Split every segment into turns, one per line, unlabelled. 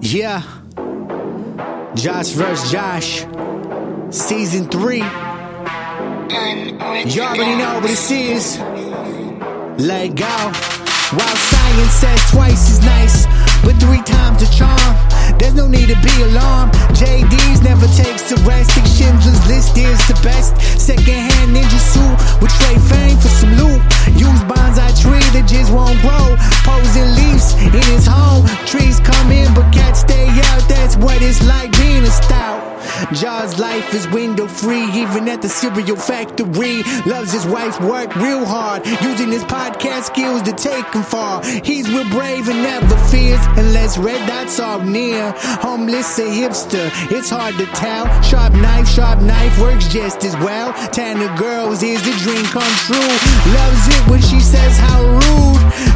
yeah. Josh vs. Josh, season three. You already know what this is. Let go. While science says twice is nice, but three times a charm. There's no need to be alarmed. JD's never takes a rest. Think Schindler's List is the best. Secondhand ninja suit with trade fame for some loot. Use bonsai tree that just won't grow. Posing leaves in his home. Trees come in, but cats stay out. That's what it's like being a stout. Jaws' life is window free, even at the cereal factory. Loves his wife's work real hard, using his podcast skills to take him far. He's real brave and never fears, unless red dots are near. Homeless a hipster, it's hard to tell. Sharp knife, sharp knife works just as well. Tanner girls is the dream come true. Loves it when she says how rude.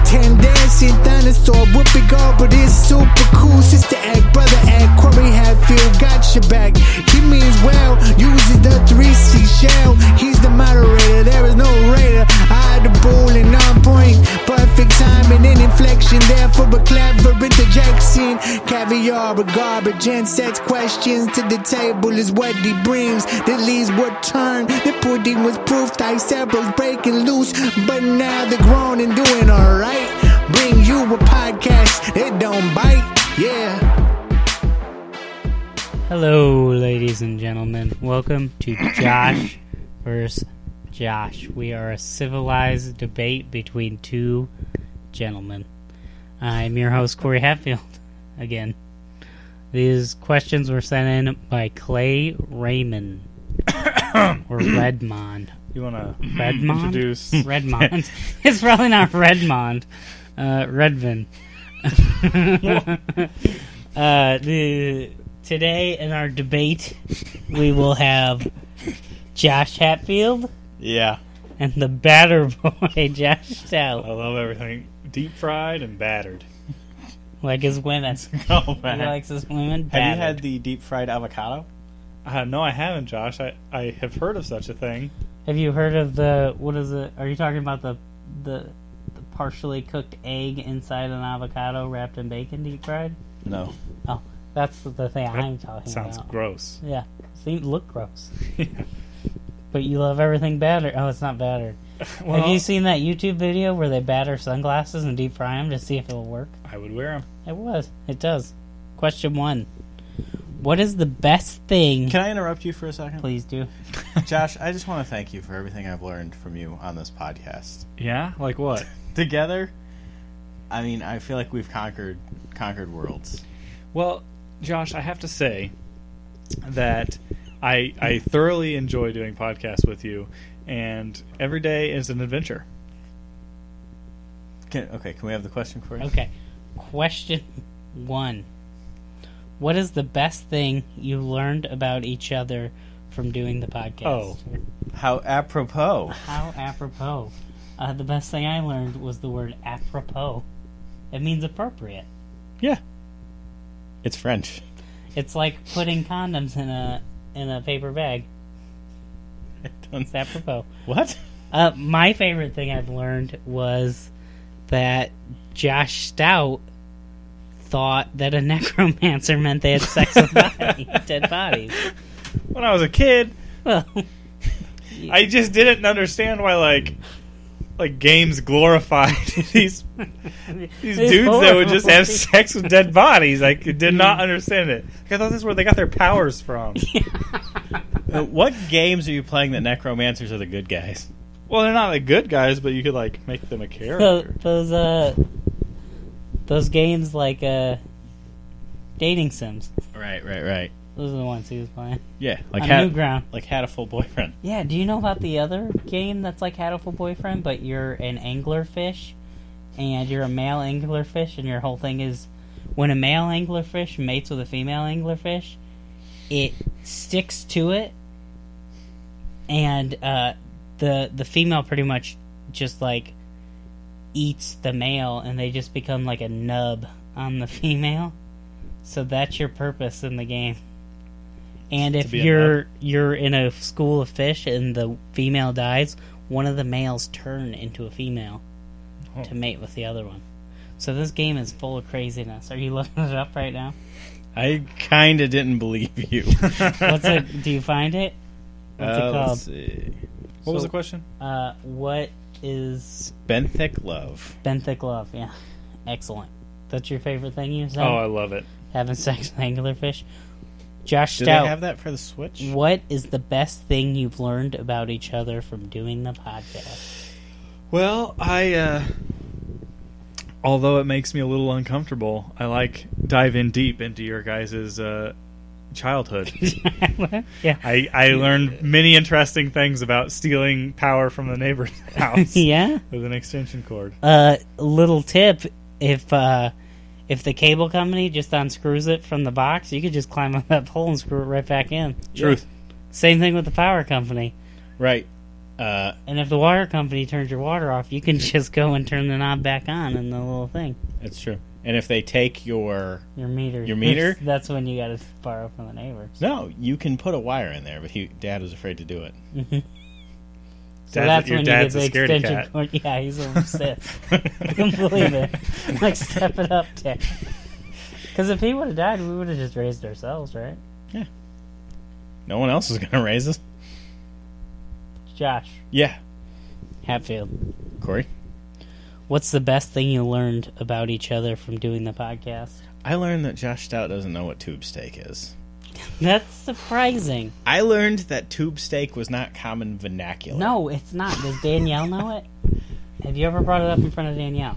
Ten dancing dinosaur, whoopee girl, but it's super cool. Sister act, brother act, Corey Hatfield got your back. He means well, uses the 3C shell. He's the moderator, there is no raider. I the bull and on point. Perfect timing and inflection, therefore a clever interjection. Caviar or garbage and sets questions to the table is what he brings. The leaves were turned, the pudding was proof, Dicero's breaking loose. But now they're grown and doing alright. Bring you a podcast, it don't bite, yeah.
Hello, ladies and gentlemen. Welcome to Josh versus Josh. We are a civilized debate between two gentlemen. I'm your host, Corey Hatfield, again. These questions were sent in by Clay Raymond. or Redmond.
You want to
Redmond?
introduce?
Redmond. it's probably not Redmond. Uh, Redvin. uh, the, today in our debate, we will have Josh Hatfield
yeah,
and the batter boy Josh
I
Stout,
love everything deep fried and battered.
like his women. He
Oh man,
likes his women.
Have
Battered.
you had the deep fried avocado?
uh, no, I haven't, Josh. I I have heard of such a thing.
Have you heard of the what is it? Are you talking about the the, the partially cooked egg inside an avocado wrapped in bacon, deep fried?
No.
Oh, that's the thing
That
I'm talking
Sounds
about.
gross.
Yeah, seems look gross. but you love everything battered. Oh, it's not battered.
Well,
Have you seen that YouTube video where they batter sunglasses and deep fry them to see if it'll work?
I would wear them.
It was. It does. Question one: What is the best thing?
Can I interrupt you for a second?
Please do.
Josh, I just want to thank you for everything I've learned from you on this podcast.
Yeah, like what?
Together, I mean, I feel like we've conquered conquered worlds.
Well, Josh, I have to say that I I thoroughly enjoy doing podcasts with you, and every day is an adventure.
Can, okay, can we have the question for you?
Okay. Question one: What is the best thing you learned about each other from doing the podcast?
Oh.
How apropos.
How apropos. Uh, the best thing I learned was the word apropos. It means appropriate.
Yeah.
It's French.
It's like putting condoms in a in a paper bag. It's apropos.
What?
Uh, my favorite thing I've learned was that Josh Stout thought that a necromancer meant they had sex with body, dead bodies.
When I was a kid,
Well,
I just didn't understand why like like games glorified these these
It's
dudes that would just have
horrible.
sex with dead bodies. I c- did not understand it. Like, I thought this is where they got their powers from.
Uh, what games are you playing that necromancers are the good guys?
well, they're not like good guys, but you could like make them a
Tho-
character.
those uh, those games like uh, dating sims.
Right, right, right.
Those are the ones he was playing
Yeah, like
on
had,
Newground.
like had a full boyfriend.
Yeah, do you know about the other game that's like Hatful Boyfriend, but you're an anglerfish, and you're a male anglerfish, and your whole thing is when a male anglerfish mates with a female anglerfish, it sticks to it, and uh, the the female pretty much just like eats the male, and they just become like a nub on the female. So that's your purpose in the game. And if
be a
you're you're in a school of fish and the female
Oh.
dies, one of the males turn into a female to mate with the other one. So this game is full of craziness. Are you looking it up right now?
I kind of didn't believe you. What's
What's it? Do you find it? What's it
Uh, Let's
called?
see.
What was
So-
the question?
Uh, what is
Benthic Love.
benthic love? Yeah, excellent. That's your favorite thing you said.
Oh,
uh,
I love it.
Having sex with anglerfish. Josh
Do
Stout.
they have that for the Switch?
What is the best thing you've learned about each other from doing the podcast?
Well, I uh although it makes me a little uncomfortable, I like dive in deep into your guys' uh childhood.
yeah.
I, I learned many interesting things about stealing power from the neighbor's house
yeah.
with an extension cord.
Uh, little tip: if uh, if the cable company just unscrews it from the box, you could just climb up that pole and screw it right back in.
Truth.
Same thing with the power company.
Right. Uh,
And if the water company turns your water off, you can just go and turn the knob back on and the little thing,
it's true. And if they take your
your meter.
Your meter?
That's when you got to borrow from the neighbors.
no, you can put a wire in there, but he, Dad was afraid to do it.
So
Dad's-
that's
your
when
dad's
you
a
get the
scaredy
extension
cat.
cord. Yeah, he's obsessed. I can believe it. Like, step it up, Dad. Because if he would have died, we would have just raised ourselves, right?
No one else is going to raise us.
Josh
Yeah,
Hatfield,
Corey.
what's the best thing you learned about each other from doing the podcast?
I learned that Josh Stout doesn't know what tube steak is.
That's surprising.
I learned that tube steak was not common vernacular.
No, it's not. Does Danielle know it? Have you ever brought it up in front of Danielle?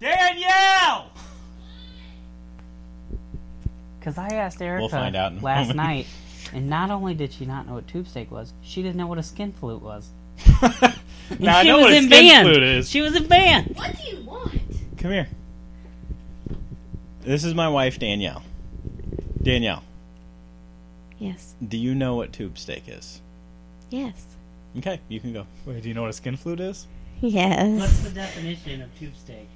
Danielle!
Because I asked Erica
find out in a
last
moment.
night, and not only did she not know what tube steak was, she didn't know what a skin flute was.
Now I
she
know
was
what a
in
skin
band.
flute is.
She was in band.
What do you want?
Come here. This is my wife, Danielle. Danielle,
Yes.
do you know what tube steak is?
Yes.
Okay, you can go.
Wait, do you know what a skin flute is?
Yes.
definition of tube steak?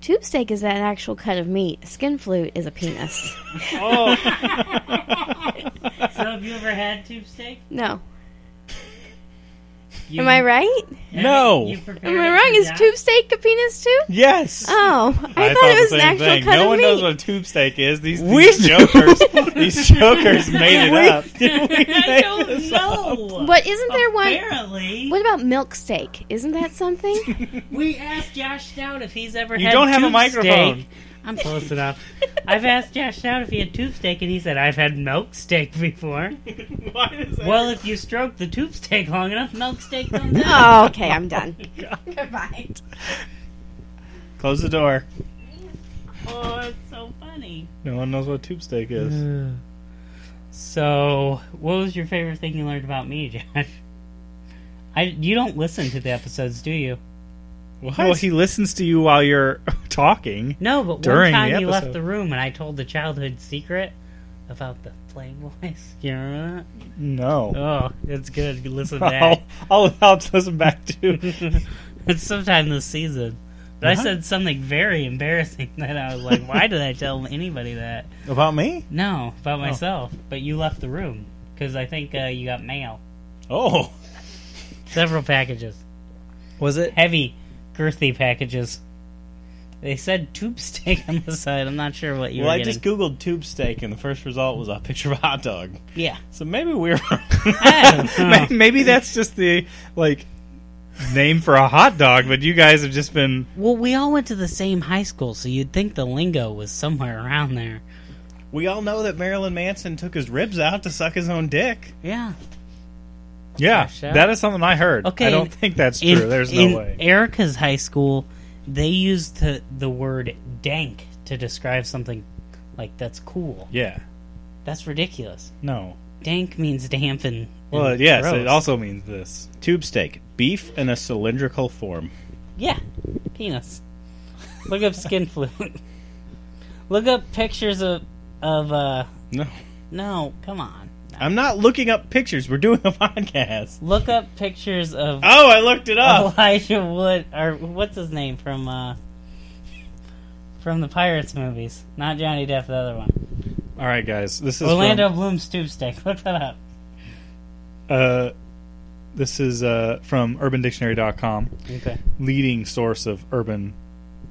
Tube steak is an actual cut of meat. A Skin flute is a penis.
Oh,
So have you ever had tube steak?
no. Am I right?
No.
Am I wrong? Is tube steak a penis too?
Yes.
Oh, I, thought, it was an actual cut
No
of
one
meat.
knows what a tube steak is. These,
We
these jokers, these jokers made it up.
Did we
I
make
don't
this
know.
but isn't there one?
Apparently,
What about milk steak? Isn't that something?
we asked Josh Stout if he's ever
You
had
don't have a
tube
microphone.
steak. I'm close enough. I've asked Josh Stout if he had tube steak, and he said, I've had milk steak before.
Why is that?
well, if you stroke the tube steak long enough, milk steak comes out.
oh, okay, I'm done. Goodbye.
Close the door.
Oh, it's so funny.
No one knows what a tube steak is.
Uh, So, what was your favorite thing you learned about me, Josh? I, you don't listen to the episodes, do you?
Well, he listens to you while you're talking.
No, but
During
one time
the
you left
episode.
the room and I told the childhood secret about the flame voice. You remember that?
No.
Oh, it's good. You listen
I'll,
back.
I'll, I'll listen back to.
it's sometime this season. But I
Uh-huh.
said something very embarrassing that I was like, why did I tell anybody that?
About me?
No, about myself. But you left the room because I think uh, you got mail.
Oh.
Several packages.
Was it?
Heavy, girthy packages. They said tube steak on the side. I'm not sure what you
Well,
were
I
getting.
just googled tube steak, and the first result was a picture of a hot dog.
yeah.
So maybe we're
I don't know.
May- Maybe that's just the like name for a hot dog, but you guys have just been
Well, we all went to the same high school, so you'd think the lingo was somewhere around there.
we all know that Marilyn Manson took his ribs out to suck his own dick.
Yeah.
yeah.
Fresh out.
That is something I heard.
Okay,
I don't
in-
think that's true.
In,
There's
in
no way.
Erica's high school, they used the, the word dank to describe something like that's cool.
yeah.
That's ridiculous.
No.
Dank means damp and. and
Well, yes,
gross.
it also means this.
Tube steak, beef in a cylindrical form.
Yeah, penis. Look up skin flute. Look up pictures of of uh.
No,
No, come on.
I'm not looking up pictures. We're doing a podcast.
Look up pictures of
Oh, I looked it
Ah!
up.
Elijah Wood, or what's his name from uh, from the Pirates movies? Not Johnny Depp, the other one.
All right, guys. This is
Orlando Bloom's tube steak. Look that up.
From, uh, this is uh, from UrbanDictionary.com,
Okay.
leading source of urban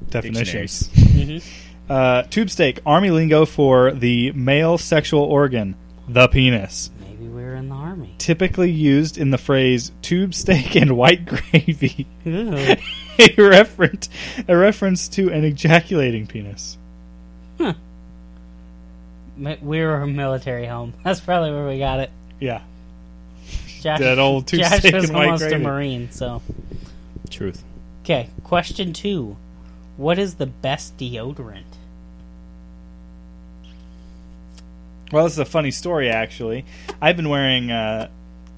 definitions. Uh, tube steak, army lingo for the male sexual organ, the penis.
Maybe we were in the army.
Typically used in the phrase tube steak and white gravy,
Ooh.
a, referent, a reference to an ejaculating penis.
Mi- we were a military home. That's probably where we got it.
Yeah.
Josh,
That old two
Josh
steak
was
and white
almost a
gravy.
Marine, so.
Truth.
Okay, question two. What is the best deodorant?
Well, this is a funny story, actually. I've been wearing. Uh,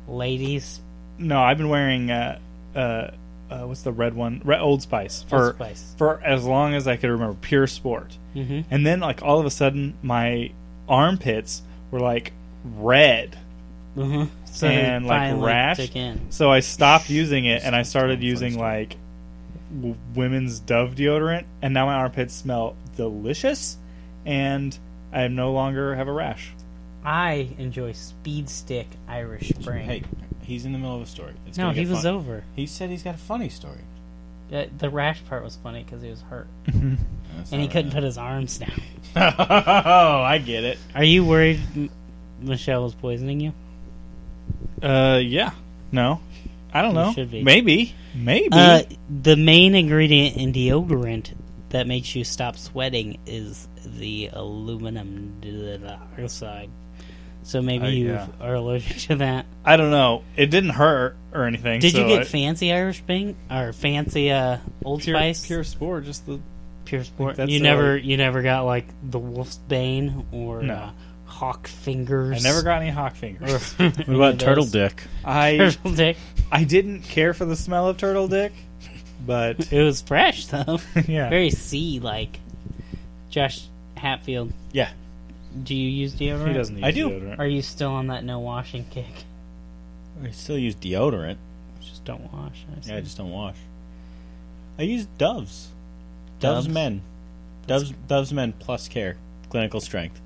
Ladies,
No, I've been wearing uh, uh, uh, what's the red one? Red Old Spice for
Old Spice.
for as long as I could remember. Pure Sport, mm-hmm. and then like all of a sudden, my armpits were like red
so
and
it
like
finally
rash.
took in.
So I stopped using it, and I started using like w- women's Dove deodorant, and now my armpits smell delicious, and I no longer have a rash.
I enjoy Speed Stick Irish Spring.
Hey, he's in the middle of a story. It's
no,
gonna
he
get
was
fun.
over.
He said he's got a funny story.
Uh, The rash part was funny because he was hurt
That's
and he
not
couldn't put his arms down.
right. oh, I get it.
Are you worried M- Michelle was poisoning you?
Uh, yeah, no, I don't
You
know.
should be.
Maybe, maybe.
Uh, the main ingredient in deodorant that makes you stop sweating is the aluminum dioxide. So maybe
Uh,
you
yeah.
are allergic to that.
I don't know. It didn't hurt or anything.
Did
so
you get
I-
fancy Irish Spring or fancy uh, Old
pure,
Spice?
pure spore? Just the
Pure Sport.
that's
You
the-
never, you never got like the Wolf's Bane or
No.
uh, Hawk Fingers.
I never got any hawk fingers.
what
dick?
I
Turtle Dick.
I didn't care for the smell of turtle dick, but
It was fresh though.
Yeah.
Very sea like. Josh Hatfield,
Yeah.
do you use deodorant?
he doesn't. Need
I do.
deodorant.
Are you still on that no washing kick?
I still use deodorant.
Just don't wash. I see.
Yeah, I just don't wash. I use Doves. Doves,
Doves?
Men. Doves Doves Men Plus Care. Clinical Strength.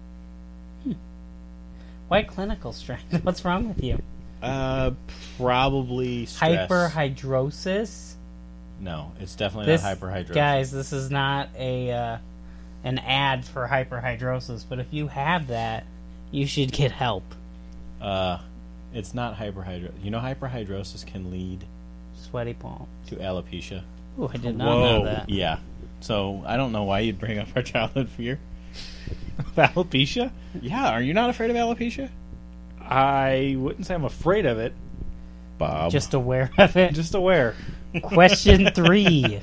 Why clinical strength? What's wrong with you?
Uh, probably stress.
Hyperhidrosis.
No, it's definitely
This
not hyperhidrosis.
guys, this is not a uh, an ad for hyperhidrosis. But if you have that, you should get help.
Uh, it's not hyperhidrosis. You know, hyperhidrosis can lead
Sweaty palm.
to alopecia.
Ooh, I did not Oh. know
Whoa.
that.
Yeah. So I don't know why you'd bring up our childhood fear.
alopecia?
Yeah, are you not afraid of alopecia?
I wouldn't say I'm afraid of it.
Bob.
Just aware of it.
Just aware.
Question three: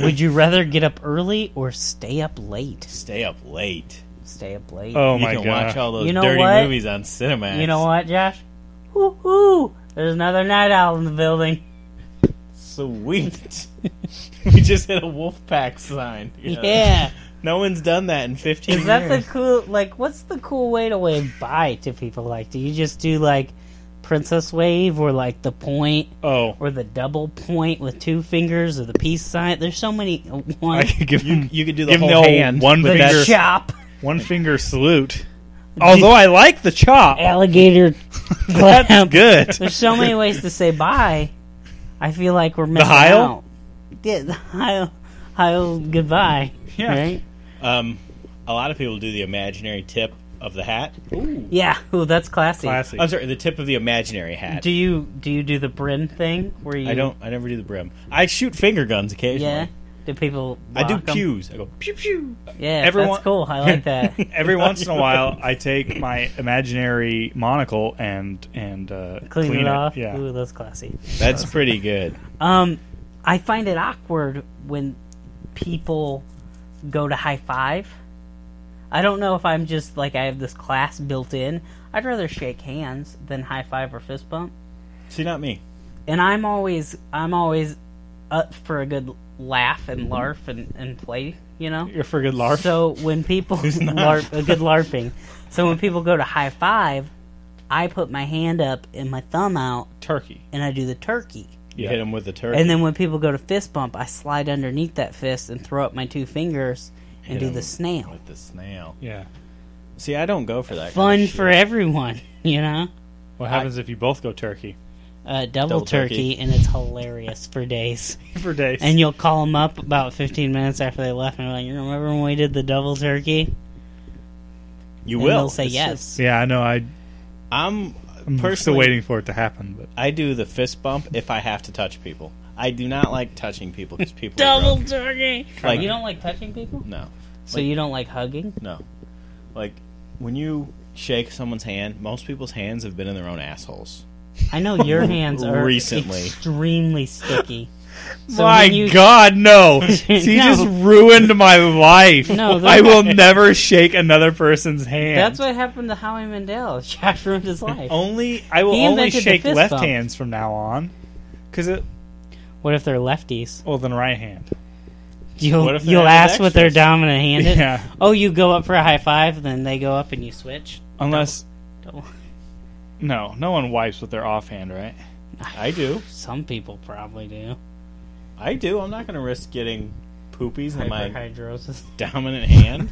Would you rather get up early or stay up late?
stay up late.
Stay up late.
Oh
you
my
can
god!
watch all those
You know
dirty
what?
movies on Cinemax.
You know what, Josh? Woo-hoo! There's another night owl in the building.
Sweet. we just hit a Wolfpack sign. You know?
Yeah.
No one's done that in 15
Is that the
years.
cool, like, what's the cool way to wave bye to people? Like, do you just do, like, princess wave or, like, the point
oh,
or the double point with two fingers or the peace sign? There's so many. uh,
I
One,
could give you,
you could do the
give him
whole
the old
hand
one
with that
finger,
chop,
one finger salute. Although I like the chop.
alligator
That's
clamp.
good.
There's so many ways to say bye. I feel like we're missing
Heil?
out. Yeah, the Heil, Heil goodbye.
Yeah.
Right?
um, a lot of people do the imaginary tip of the hat.
Yeah. Ooh, that's classy.
Classic.
I'm sorry, the tip of the imaginary hat.
Do you do you do the brim thing where you?
I don't. I never do the brim. I shoot finger guns occasionally.
Yeah. Do people?
I do
block 'em?
pews. I go pew pew.
Yeah,
Everyone-
that's cool. I like that.
Every once in a while, I take my imaginary monocle and and uh,
Clean, it, off.
Yeah.
Ooh, that's classy.
That's pretty good.
Um, I find it awkward when people go to high five. I don't know if I'm just like I have this class built in. I'd rather shake hands than high five or fist bump.
See, not me.
and I'm always I'm always up for a good laugh and larf and, and play, you know.
You're for a good larf.
So when people larp, a good larping, so when people go to high five, I put my hand up and my thumb out
Turkey.
and I do the turkey.
You
Yeah.
hit him with the turkey.
And then when people go to fist bump, I slide underneath that fist and throw up my two fingers and
Hit
do
him
the snail.
with the snail.
Yeah.
See, I don't go for that. kind
Fun
of shit.
for everyone, you know.
What happens if you both go turkey?
uh, double,
Double
turkey,
turkey.
and it's hilarious for days.
for days.
And you'll call them up about 15 minutes after they left, and be like, "You remember when we did the double turkey?"
You
And
will.
they'll say
It's
yes.
just-
yeah, I know. I,
I'm
I'm still
personally
waiting for it to happen, but
I do the fist bump if I have to touch people. I do not like touching people because people are
double
gross.
turkey.
Like-
you don't like touching people,
No,
so you don't like hugging.
no. Like when you shake someone's hand, most people's hands have been in their own assholes.
I know your hands are
Recently.
extremely sticky. So
my
when you-
God, no! He
No.
just ruined my life.
No, the-
I will never shake another person's hand.
That's what happened to Howie Mandel. Josh ruined his life.
Oh.
only I will
He
only
invented the
shake
fist
left
bump.
hands from now on. Because it
What if they're lefties?
well then right hand.
You'll
What if they
you'll
have
ask what their
extras?
dominant hand is.
Yeah.
Oh, you go up for a high five, then they go up and you switch.
Unless
Double-
no, no one wipes with their offhand, right?
I do.
Some people probably do.
I do. I'm not going to risk getting poopies in my
Hyperhidrosis.
dominant hand.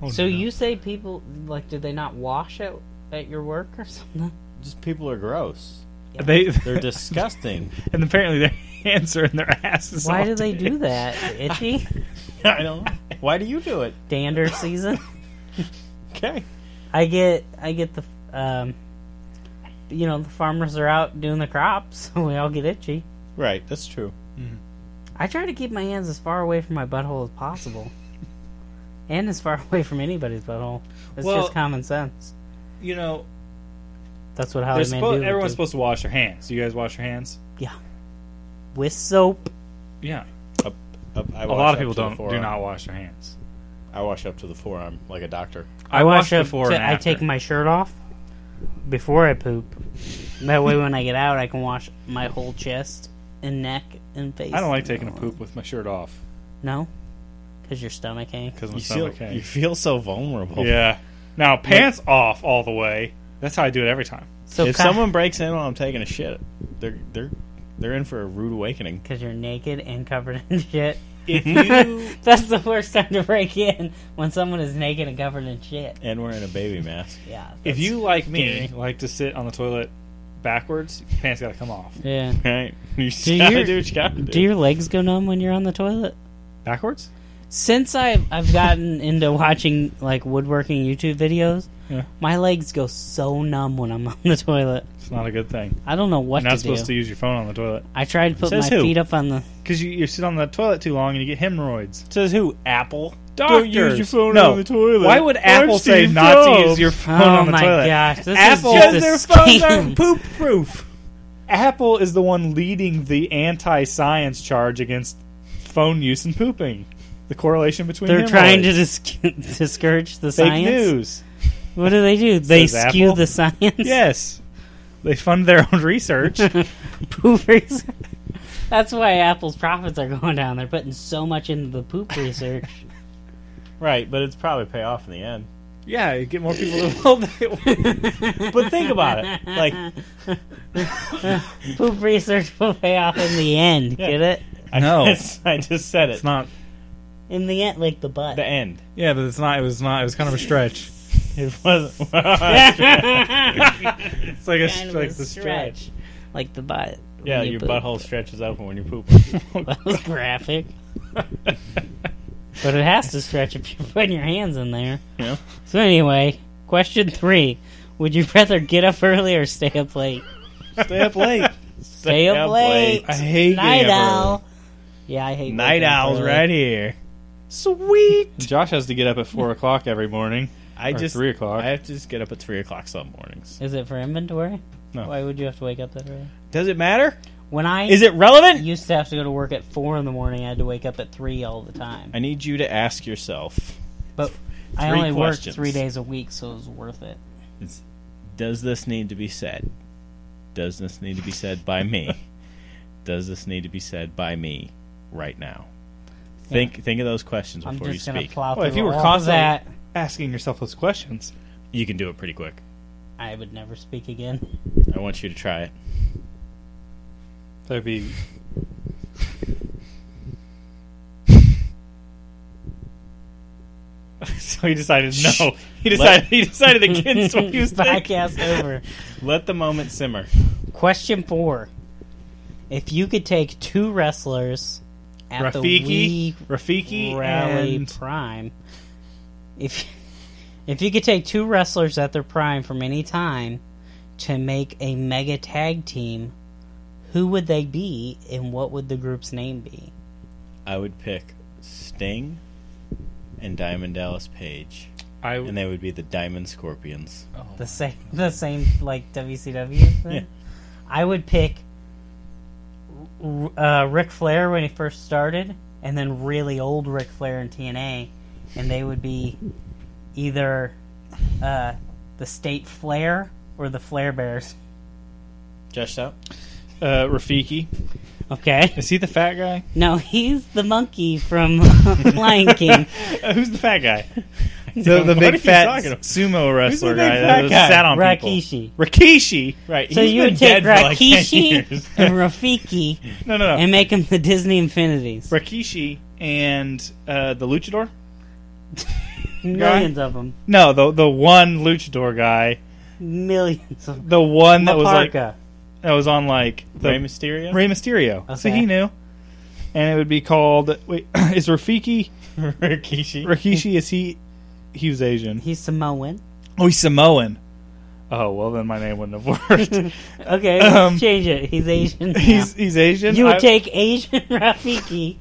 Oh,
So
no.
you say people like? Did they not wash it at your work or something?
Just people are gross.
they
They're disgusting.
and apparently their hands are in their asses.
Why
all
do they
day.
do that? Itchy
I don't know. Why do you do it?
dander season.
Okay.
I get I get the um, you know the farmers are out doing the crops, so we all get itchy.
Right. That's true.
I try to keep my hands as far away from my butthole as possible, and as far away from anybody's butthole. It's
Well-
just common sense.
You know,
That's what Howie
they're
Mandel
suppo-
would
everyone's
do.
supposed to wash their hands. You guys wash your hands?
yeah, with soap.
Yeah.
Up, up, I
A
wash
lot of
up
people
to the
don't do
forearm.
not wash their hands.
I wash up to the forearm like a doctor.
I
wash
wash
up
before
to-
and after.
I take my shirt off before I poop. That way, when I get out, I can wash my whole chest and neck and face.
I don't like taking a poop with my shirt off
No, because your stomach ache.
because my
You feel,
stomach
you
aches.
feel so vulnerable.
Yeah. Now pants off all the way. That's how I do it every time.
So
if someone breaks in while I'm taking a shit, they're they're they're in for a rude awakening.
because you're naked and covered in shit.
If you
That's the worst time to break in when someone is naked and covered in shit.
and wearing a baby mask,
Yeah.
If
that's-
you like me, like to sit on the toilet backwards, pants got to come off.
yeah.
right? You just
Do
gotta
your-
do what you gotta do.
Do your legs go numb when you're on the toilet?
Backwards?
Since I've I've gotten into watching like woodworking YouTube videos,
Yeah.
my legs go so numb when I'm on the toilet.
It's not a good thing.
I don't know what
You're not
to do.
supposed to use your phone on the toilet
I tried to put
Says
my
who?
feet up on the.
because you, you sit on the toilet too long and you get hemorrhoids.
Says who? Apple.
Doctors. no. Why would Apple say not to use your phone
Oh
on the
my
toilet?
gosh, this is
Apple
just a Because their phones are scam.
poop proof. Apple is the one leading the anti-science charge against phone use and pooping. The correlation between
They're trying to
hemorrhoids.
dis- discourage the
fake
science.
news.
What do they do? They
Says
skew
Apple.
the science.
Yes, they fund their own research.
poop research. That's why Apple's profits are going down. They're putting so much into the poop research.
Right, but it's probably pay off in the end.
yeah, you get more people to well, they-
But think about it. Like
poop research will pay off in the end. Get it?
No.
I just said it.
It's not.
In the end, like the butt.
the end.
Yeah, but it's not. It was not. It was kind of a stretch.
It wasn't.
It's like a,
Kind of
like
a
the stretch.
stretch. Like the butt.
yeah,
when you
your
poop.
butthole stretches open when you poop.
That was graphic. but it has to stretch if you're putting your hands in there.
Yeah.
So anyway, question three. Would you rather get up early or stay up late?
Stay up late.
Stay up late.
I hate
Night
getting up early.
owl. Yeah, I hate
Night
waking up
owls
early.
right here. Sweet.
Josh has to get up at four o'clock every morning.
I
Or
just
three o'clock.
I have to just get up at three o'clock some mornings.
Is it for inventory?
No.
Why would you have to wake up that early?
Does it matter?
When I
Is it relevant?
used to have to go to work at four in the morning, I had to wake up at three all the time.
I need you to ask yourself:
But I
Three
only worked
questions.
three days a week, so it was worth it.
Does this need to be said? Does this need to be said by me? does this need to be said by me right now? Think think of those questions
I'm
before you
just gonna
speak.
plow
Well,
through
if you were
all of
constantly-
that.
Asking yourself those questions.
you can do it pretty quick.
I would never speak again.
I want you to try it.
That'd be. so he decided no. He decided he decided against what he was thinking.
Podcast over.
Let the moment simmer.
Question four: If you could take two wrestlers at the
Rafiki, Rafiki,
Wii Rally
and
Prime, if if you could take two wrestlers at their prime from any time to make a mega tag team, who would they be, and what would the group's name be?
I would pick Sting and Diamond Dallas Page,
I
and they would be the Diamond Scorpions.
The same, the same like WCW thing.
Yeah.
I would pick uh, Ric Flair when he first started, and then really old Ric Flair in TNA, and they would be either uh, the State Flair or the Flair Bears.
Josh out.
uh, Rafiki.
Okay.
Is he the fat guy?
No, he's the monkey from Lion King.
Uh, who's the fat guy?
The,
What are you talking about? sumo wrestler
big
guy
fat
that was
guy?
sat on
Rakishi.
people. Rakishi.
Right.
So
he's
you
been
would take
dead for like 10
Rakishi
years.
and Rafiki
No, no, no.
and make them the Disney Infinities.
Rakishi and uh, the luchador.
Millions of them.
No, the the one luchador guy,
Millions of them.
the one that was like
Parka.
that was on like the
Rey Mysterio.
Rey Mysterio. So
Okay.
he knew, and it would be called. Wait, is Rafiki
Rikishi.
Rakishi? Is he? He was Asian.
He's Samoan.
Oh, he's Samoan. Oh well, then my name wouldn't have worked.
Okay, let's
Um,
change it. He's Asian. now.
he's he's Asian.
you would
I-
take Asian Rafiki,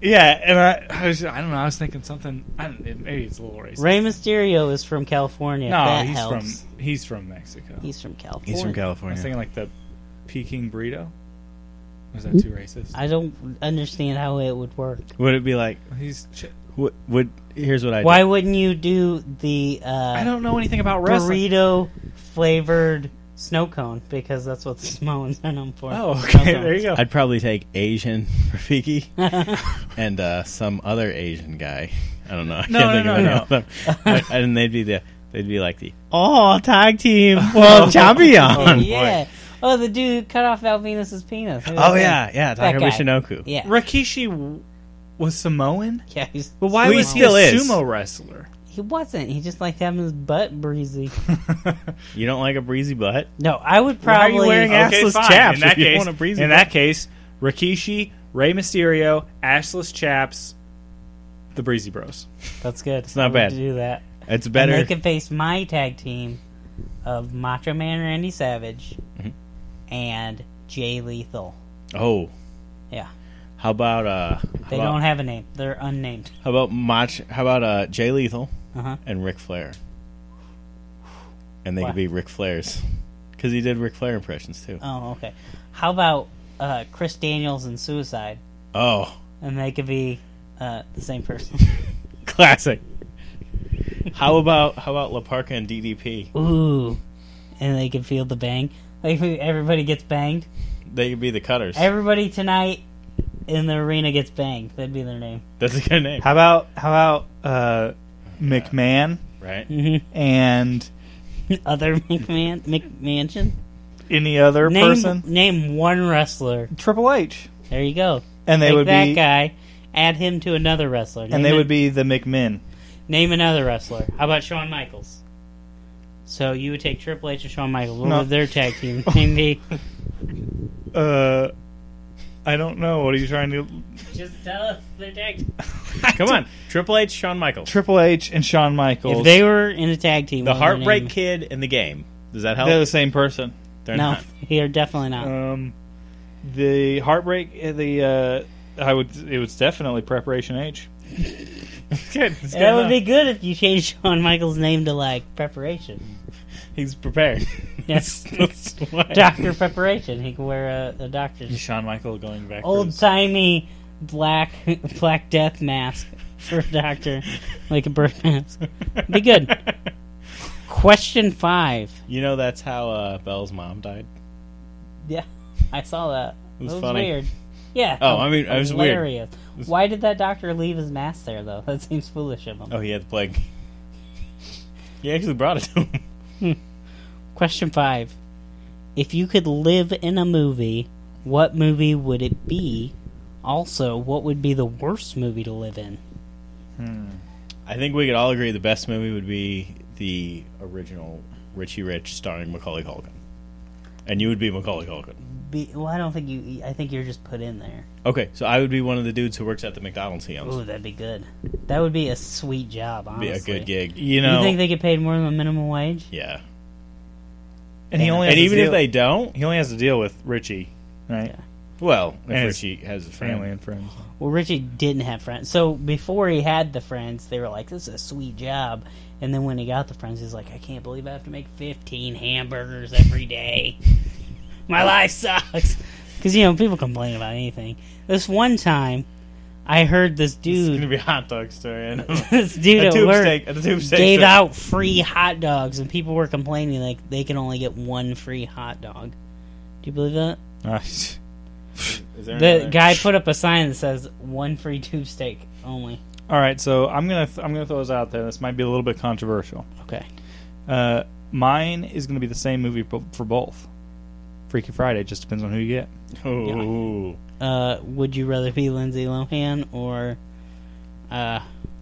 yeah, and I I, was, I don't know. I was thinking something. I don't, it, maybe it's a little racist.
Rey Mysterio is from California. if
no,
that
he's
helps.
from he's from Mexico.
He's from California.
He's from
I was
California.
thinking like the Peking burrito. Was that too racist?
I don't understand how it would work.
Would it be like?
He's. Ch-
Would, would here's what I
Why wouldn't you do the
I
uh,
don't know anything about wrestling.
burrito flavored snow cone? Because that's what the Samoans are known for.
Oh,
Snow
okay. There
cones.
you go.
I'd probably take Asian Rafiki and uh, some other Asian guy. I don't know. I
No,
can't
no,
think
no,
of any of them. and they'd be the they'd be like the oh tag team world champion.
yeah. Oh, the dude cut off Valvinus's penis. Who was
Oh
that?
yeah, yeah,
That
Taka
guy.
Michinoku.
Yeah.
Rakishi w- was Samoan.
Yeah, he's,
But why
Well, he
was he
still
a
is.
sumo wrestler?
he wasn't. He just liked having his butt breezy.
You don't like a breezy butt?
No, I would
Why are
probably.
you wearing
assless
assless
chaps
chaps? In that
if you
case,
want a breezy
in
butt?
that case, Rikishi, Rey Mysterio, assless chaps, the Breezy Bros.
That's good. It's
not bad.
To do that,
It's
and
better.
they can face my tag team of Macho Man Randy Savage
Mm-hmm.
and Jay Lethal.
oh,
Yeah,
how about uh? How
they
about,
don't have a name. They're unnamed.
How about Mach? How about uh? Jay Lethal
Uh-huh.
and Ric Flair, and they
Why?
could be Ric Flair's because he did Ric Flair impressions too.
Oh, okay. How about uh, Chris Daniels and Suicide,
oh,
and they could be uh, the same person.
classic. how about how about Laparca and DDP?
Ooh, and they can feel the bang. Like everybody gets banged.
They could be the Cutters.
Everybody tonight in the arena gets banged. That'd be their name.
That's a good name,
How about how about uh, McMahon
right?
and
Other McMahon McMansion.
any other
Name
person?
name one wrestler.
Triple H,
There you go.
and they
Take
would
that
be
guy. Add him to another wrestler. Name
and they
an-
would be the McMinn.
name another wrestler. How about Shawn Michaels? So you would take Triple H and Shawn Michaels. What
No.
would their tag team name be?
Uh, I don't know. What are you trying to?
Just tell us their tag. Team.
Come on, Triple H, Shawn Michaels,
Triple H and Shawn Michaels.
If they were in a tag team,
the
what would their
Heartbreak
name-
Kid, and the Game. Does that help?
they're the same person.
They're
No,
not.
they are definitely not.
Um, the heartbreak. uh, The uh, I would. It was definitely preparation H.
Good.
that would be good if you changed Shawn Michaels' name to like Preparation.
He's prepared.
Yes,
That's why.
Doctor Preparation. He can wear a, a doctor's
Shawn Michael going back.
old timey black black death mask for a doctor, like a bird mask. Be good. Question five.
You know that's how uh, Belle's mom died.
Yeah, I saw that.
It was
that was
funny.
weird. Yeah.
Oh, I mean, it was weird.
hilarious. Why did that doctor leave his mask there though? That seems foolish of him.
Oh, he had the plague. he actually brought it to him.
Question five. If you could live in a movie, what movie would it be? Also, what would be the worst movie to live in?
I think we could all agree the best movie would be the original Richie Rich starring Macaulay Culkin. and you would be Macaulay Culkin.
Be, well, I don't think you. I think you're just put in there.
Okay, so I would be one of the dudes who works at the McDonald's. He owns.
Ooh, that'd be good. That would be a sweet job.
be
Honestly,
a good gig.
You
You
know,
think they get paid more than the minimum wage?
Yeah,
and he only has
and
to
even if
deal-
they don't,
he only has to deal with Richie, right?
well, if
And his
Richie has a
Family
family,
and friends.
Well, Richie didn't have friends. So before he had the friends, they were like, "This is a sweet job." And then when he got the friends, he's like, "I can't believe I have to make 15 hamburgers every day. My life sucks." Because you know people complain about anything. This one time, I heard this
It's gonna
dude,
be a hot dog story. I know.
this dude
a
at
tube
work,
steak. A tube steak.
gave
story.
out free hot dogs, and people were complaining like they can only get one free hot dog. Do you believe that?
Ah,
Is there
The
another-
guy put up a sign that says "one free tube steak only."
All right, so I'm gonna th- I'm gonna throw this out there. This might be a little bit controversial.
Okay.
Uh, mine is gonna be the same movie bo- for both. Freaky Friday just depends on who you get.
Ooh.
Uh, would you rather be Lindsay Lohan or uh,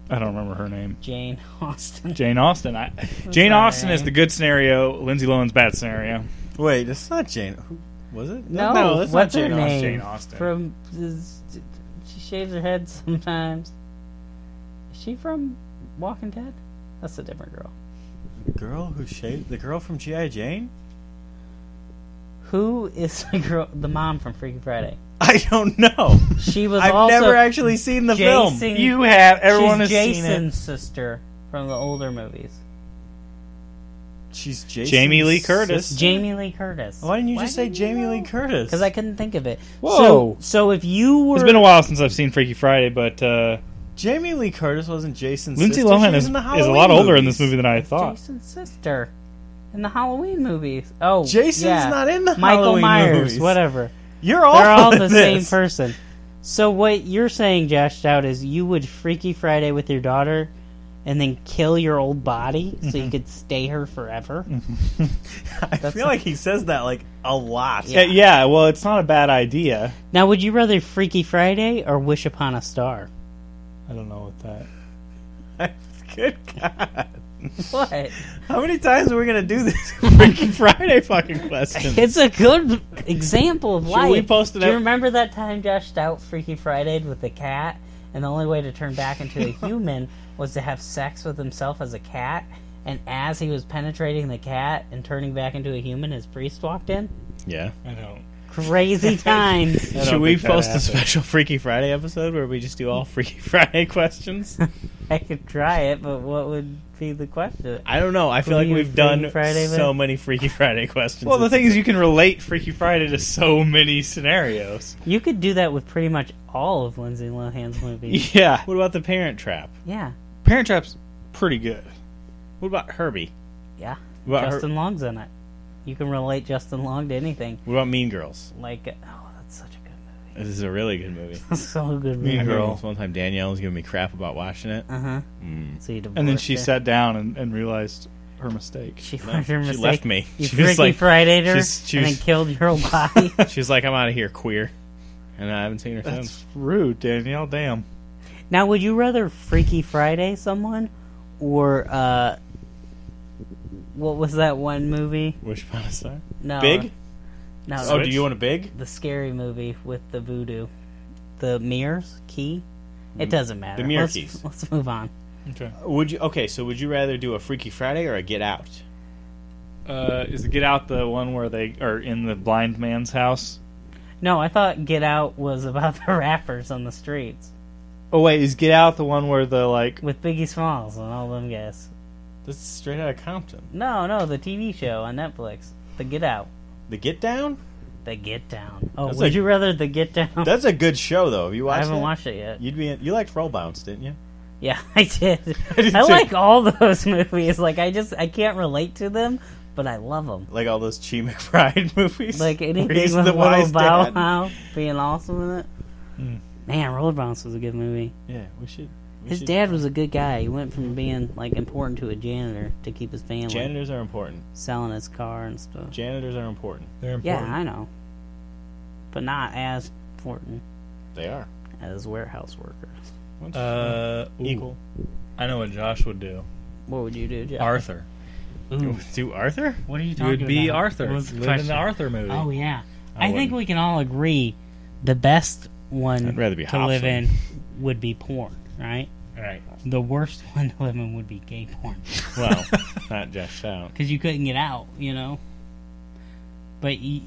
I don't remember her name.
Jane Austen?
Jane Austen. I, Jane
not her
Austen is
name.
the good scenario. Lindsay Lohan's bad scenario.
Wait, that's not Jane. Who, was it? that's not
what's
Jane
her
Austen.
name?
Jane Austen.
From she shaves her head sometimes. Is she from Walking Dead? That's a different girl.
The girl who shaved the girl from GI Jane.
Who is the girl? The mom from Freaky Friday.
I don't know.
She was
I've
also
never actually seen the
Jason-
film.
You have everyone
she's
has seen it.
Jason's sister from the older movies.
She's Jason.
Jamie Lee Curtis.
Jamie Lee Curtis.
Why didn't you just say Jamie Lee Curtis?
Because I couldn't think of it.
Whoa.
So, so if you were
It's been a while since I've seen Freaky Friday, but uh,
Jamie Lee Curtis wasn't Jason's
Lindsay
sister. She
Lohan is,
was
is
in
a
the
lot
Halloween
older in this
movies.
movie than I thought.
Jason's sister in the Halloween movies. Oh,
Jason's
yeah.
not in the
Michael
Halloween
Myers,
movies.
whatever.
You're all
They're all the
in
same
this.
person. So what you're saying, Josh Stout, is you would Freaky Friday with your daughter, and then kill your old body so
Mm-hmm.
you could stay her forever.
I feel like he says that like a lot.
Yeah. yeah, well, it's not a bad idea.
Now, would you rather Freaky Friday or Wish Upon a Star?
I don't know what that.
Good God.
What?
How many times are we gonna do this Freaky Friday fucking question?
It's a good example of life.
we post it
Do you
up-
remember that time Josh Stout Freaky Fridayed with the cat, and the only way to turn back into a human was to have sex with himself as a cat? And as he was penetrating the cat and turning back into a human, his priest walked in.
Yeah.
I don't.
Crazy times.
I don't
Should we
think that
post a
happened.
special Freaky Friday episode where we just do all Freaky Friday questions?
I could try it, but what would be the question?
I don't know. I feel like
you
we've
Freaky
done
Friday with?
so many Freaky Friday questions.
Well, the thing is, you can relate Freaky Friday to so many scenarios.
You could do that with pretty much all of Lindsay Lohan's movies.
Yeah,
what about the Parent Trap?
yeah.
Parent Trap's pretty good.
What about Herbie?
Yeah.
What about, Her-
Justin Long's in it. You can relate Justin Long to anything.
what about Mean Girls?
Like, oh, that's such a good movie.
This is a really good movie.
so good
Mean
movie.
Girls. Girl.
This one time Danielle was giving me crap about watching it.
Uh huh. So you divorced
And then she
her.
sat down and, and realized her mistake.
she,
No,
learned her
she
mistake.
left me.
You
She
freaky
was like,
Fridayed her
she's- she
and then
was-
killed your whole body.
She's like, I'm out of here, queer. And I haven't seen her since.
That's rude, Danielle. Damn.
now, would you rather Freaky Friday someone or uh, what was that one movie?
Wish upon a star.
No,
Big?
No,
Oh,
the-
do you want a big?
the scary movie with the voodoo, the mirrors key. It doesn't matter.
Mm. mirror
let's,
keys.
Let's move on.
Okay.
Would you? Okay, so would you rather do a Freaky Friday or a Get Out?
Uh, is the Get Out the one where they are in the blind man's house?
No, I thought Get Out was about the rappers on the streets
Oh wait, is Get Out the one where the like?
with Biggie Smalls and all them guys.
This is straight out of Compton.
No, no, the TV show on Netflix, The Get Out,
The Get Down?
The Get Down. Oh,
That's
would
like-
you rather The Get Down?
That's a good show, though. Have
I
you watched?
haven't
that?
watched it yet.
You'd be. In, you liked Roll Bounce, didn't you?
Yeah, I did. I,
did too.
like all those movies. Like I just I can't relate to them, but I love them.
Like all those Chi McBride movies.
Like anything
Where he's
with
the
Little
wise
Bow
dad.
Wow being awesome in it.
Hmm.
Man, Roller Bounce was a good movie.
Yeah, we should. we
His
should-
dad was a good guy. He went from being like important to a janitor to keep his family,
Janitors are important.
selling his car and stuff.
Janitors are important.
They're
yeah, I know, but not as important
They are
as warehouse workers.
Uh, ooh,
equal.
I know what Josh would do.
What would you do, Jeff?
Arthur.
Ooh,
Do Arthur?
what are you
You
talking about?
would be Arthur
What was the
playing in
question?
the Arthur movie.
Oh yeah, I, think
wouldn't.
we can all agree the best one
I'd rather be
to
Hobson.
live in would be porn, right?
Right.
The worst one to live in would be gay porn
Well, not just out.
because you couldn't get out, you know. But you,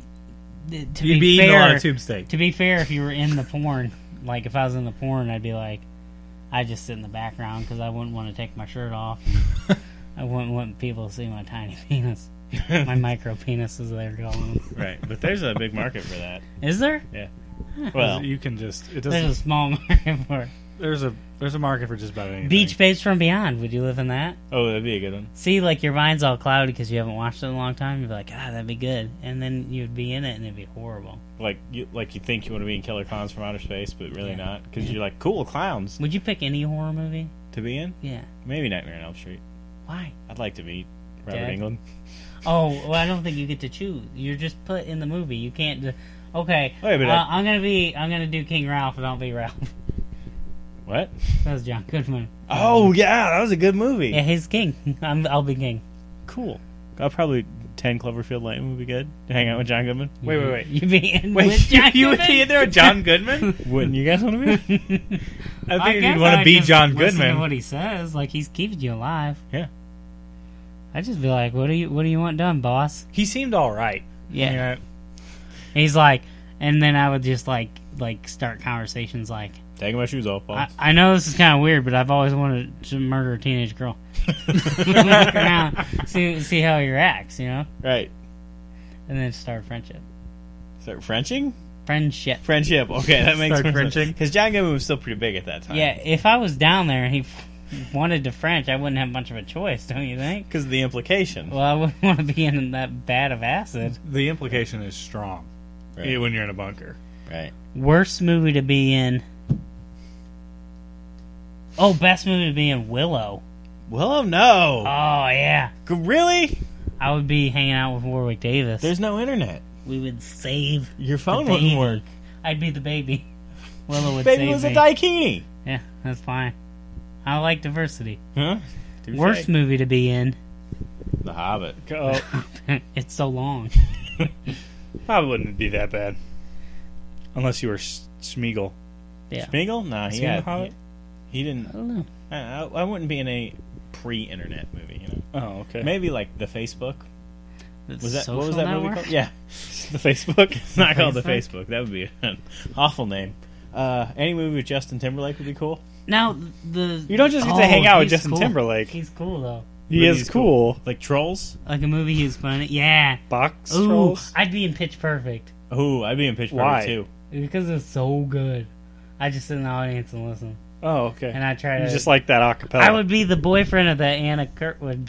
th- to
You'd
be
be eating
fair,
a lot of tube steak.
to be fair, if you were in the porn, like if I was in the porn, I'd be like, I just sit in the background because I wouldn't want to take my shirt off. and I wouldn't want people to see my tiny penis, my micro penis, as they're calling them.
Right, but there's a big market for that.
Is there?
Yeah. Well,
you can just it
There's a
doesn't.
small market for it.
There's a there's a market for just about anything.
Beach Babes from Beyond. Would you live in that?
oh, that'd be a good one.
See, like your mind's all clouded because you haven't watched it in a long time. You'd be like, ah, that'd be good, and then you'd be in it, and it'd be horrible.
Like you, like you think you want to be in Killer Clowns from Outer Space, but really
Yeah.
not, because you're like cool clowns
Would you pick any horror movie?
to be in.
Yeah.
Maybe Nightmare on Elm Street.
Why?
I'd like to meet Robert
Dad?
England.
Oh, well, I don't think you get to choose. You're just put in the movie. You can't. d okay.
Wait a minute.
Uh, I'm gonna be. I'm gonna do King Ralph, and I'll be Ralph.
What?
that was John Goodman.
Oh yeah, that was a good movie.
Yeah, he's king. I'm, I'll be king.
Cool. I'll probably ten Cloverfield Lane would be good. Hang out with John Goodman.
Wait, wait, wait.
You be in
Wait,
with
you,
John
you would
Goodman?
be in there with John Goodman?
Wouldn't you guys want to be?
I
I
think
guess
you'd want
I
to be
just
John
listen
Goodman.
To what he says, like he's keeping you alive.
yeah.
I just be like, what do you What do you want done, boss?
He seemed all right.
Yeah.
You know,
He's like, and then I would just like like start conversations like,
Taking my shoes off.
I,
boss.
I know this is kind of weird, but I've always wanted to murder a teenage girl. Look around, see see how he reacts, you know,
right.
and then start friendship.
Start Frenching.
Friendship.
Friendship. Okay, that makes
Start Frenching.
Because John Goodman was still pretty big at that time.
Yeah, if I was down there and he f- wanted to French, I wouldn't have much of a choice, don't you think?
Because of the implication.
Well, I wouldn't want to be in that bad of acid.
The implication is strong
Right.
eh, when you're in a bunker.
Right.
Worst movie to be in. Oh, best movie to be in Willow.
Well, no.
Oh yeah,
G- really?
I would be hanging out with Warwick Davis.
There's no internet.
we would save.
Your phone
The baby.
wouldn't work.
I'd be the baby. Willow would
Baby
save
was a
me.
daikini.
yeah, that's fine. I like diversity.
Huh? Touche.
Worst movie to be in.
The Hobbit.
Oh,
it's so long.
probably wouldn't be that bad, unless you were S- Smeagol.
Yeah.
Bingle? Nah, he
Smeagol
had,
Hobbit?
he
I
didn't.
don't know.
I, I I wouldn't be in a pre-internet movie. You know,
Oh, okay.
maybe like the Facebook. Was that what was
Social
that movie
network?
called? Yeah, the Facebook. It's not called the
Facebook?
Facebook. That would be an awful name. Uh, any movie with Justin Timberlake would be cool.
Now the
You don't just get to
Oh,
hang out with
he's
Justin
cool.
Timberlake.
He's cool though.
he
Really,
is
he's
cool.
Like Trolls.
Like a movie he was playing. It. Yeah.
Box
Ooh,
trolls.
I'd be in Pitch Perfect
Ooh, I'd be in Pitch
Why?
Perfect too.
because it's so good. I just sit in the audience and listen,
Oh, okay.
and I try
you
to.
just like that acapella.
I would be the boyfriend of that Anna Kurtwood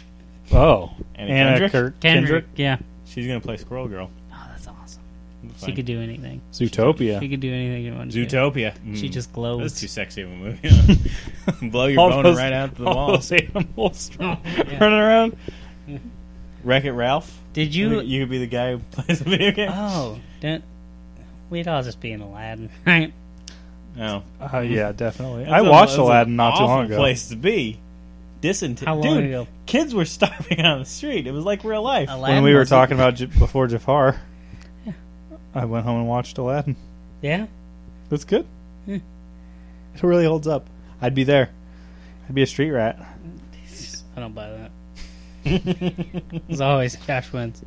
Oh,
Anna
Anna
Kendrick?
Kirk,
Kendrick. Yeah.
She's gonna play Squirrel Girl.
Oh, that's awesome. She
Fine.
could do anything. She
Zootopia.
could do anything you wanted. to do.
Zootopia. Mm.
She just
That's
glows.
too sexy of a movie. Blow your boner right out the
all
wall.
those animals
Oh, yeah.
running around.
Wreck It Ralph.
Did
You,
you?
you could be the guy who plays the video game.
Oh, don't. We'd all just be in Aladdin, right?
no.
Uh, yeah, definitely.
Oh. That's
I
a-
watched
that's an
Aladdin not too
awful
long ago.
Place to be. Disint-
How long
Dude,
ago?
kids were starving on the street. It was like real life.
Aladdin
When we were
wasn't-
talking about J- before Jafar, I went home and watched Aladdin.
Yeah.
That's good.
Hmm.
It really holds up. I'd be there. I'd be a street rat.
I don't buy that. As always, Josh wins.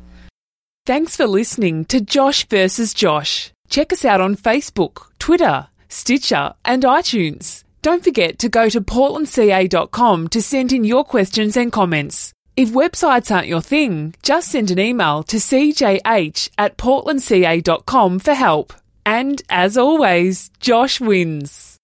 Thanks for listening to Josh versus Josh. Check us out on Facebook, Twitter, Stitcher, and iTunes. Don't forget to go to portlandca.com to send in your questions and comments. If websites aren't your thing, just send an email to cjh at portlandca.com for help. And as always, Josh wins.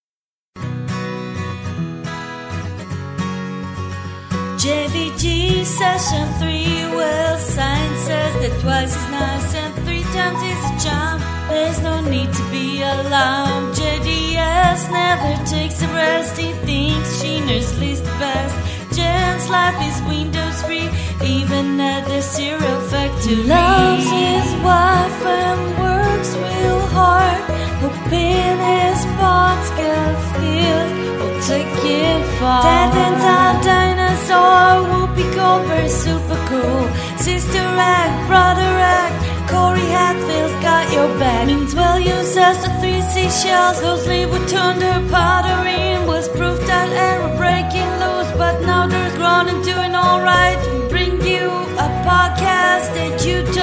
JVG session three. Well, science says that twice is nice and three times is a charm. There's no need to be alarmed. JDS never takes a rest. He thinks she knows least the best. Jen's life is Windows free, even at the cereal factory. Loves his wife and works real hard, hoping his parts get filled or take it far. Death and time dinosaur will be called super cool. Sister act, brother act, Corey Hatfield's got your back. Means well used as the three seashells. Those leave with thunder pottery was proof that error breaking loose. But now there's grown and doing alright. Bring you a podcast that you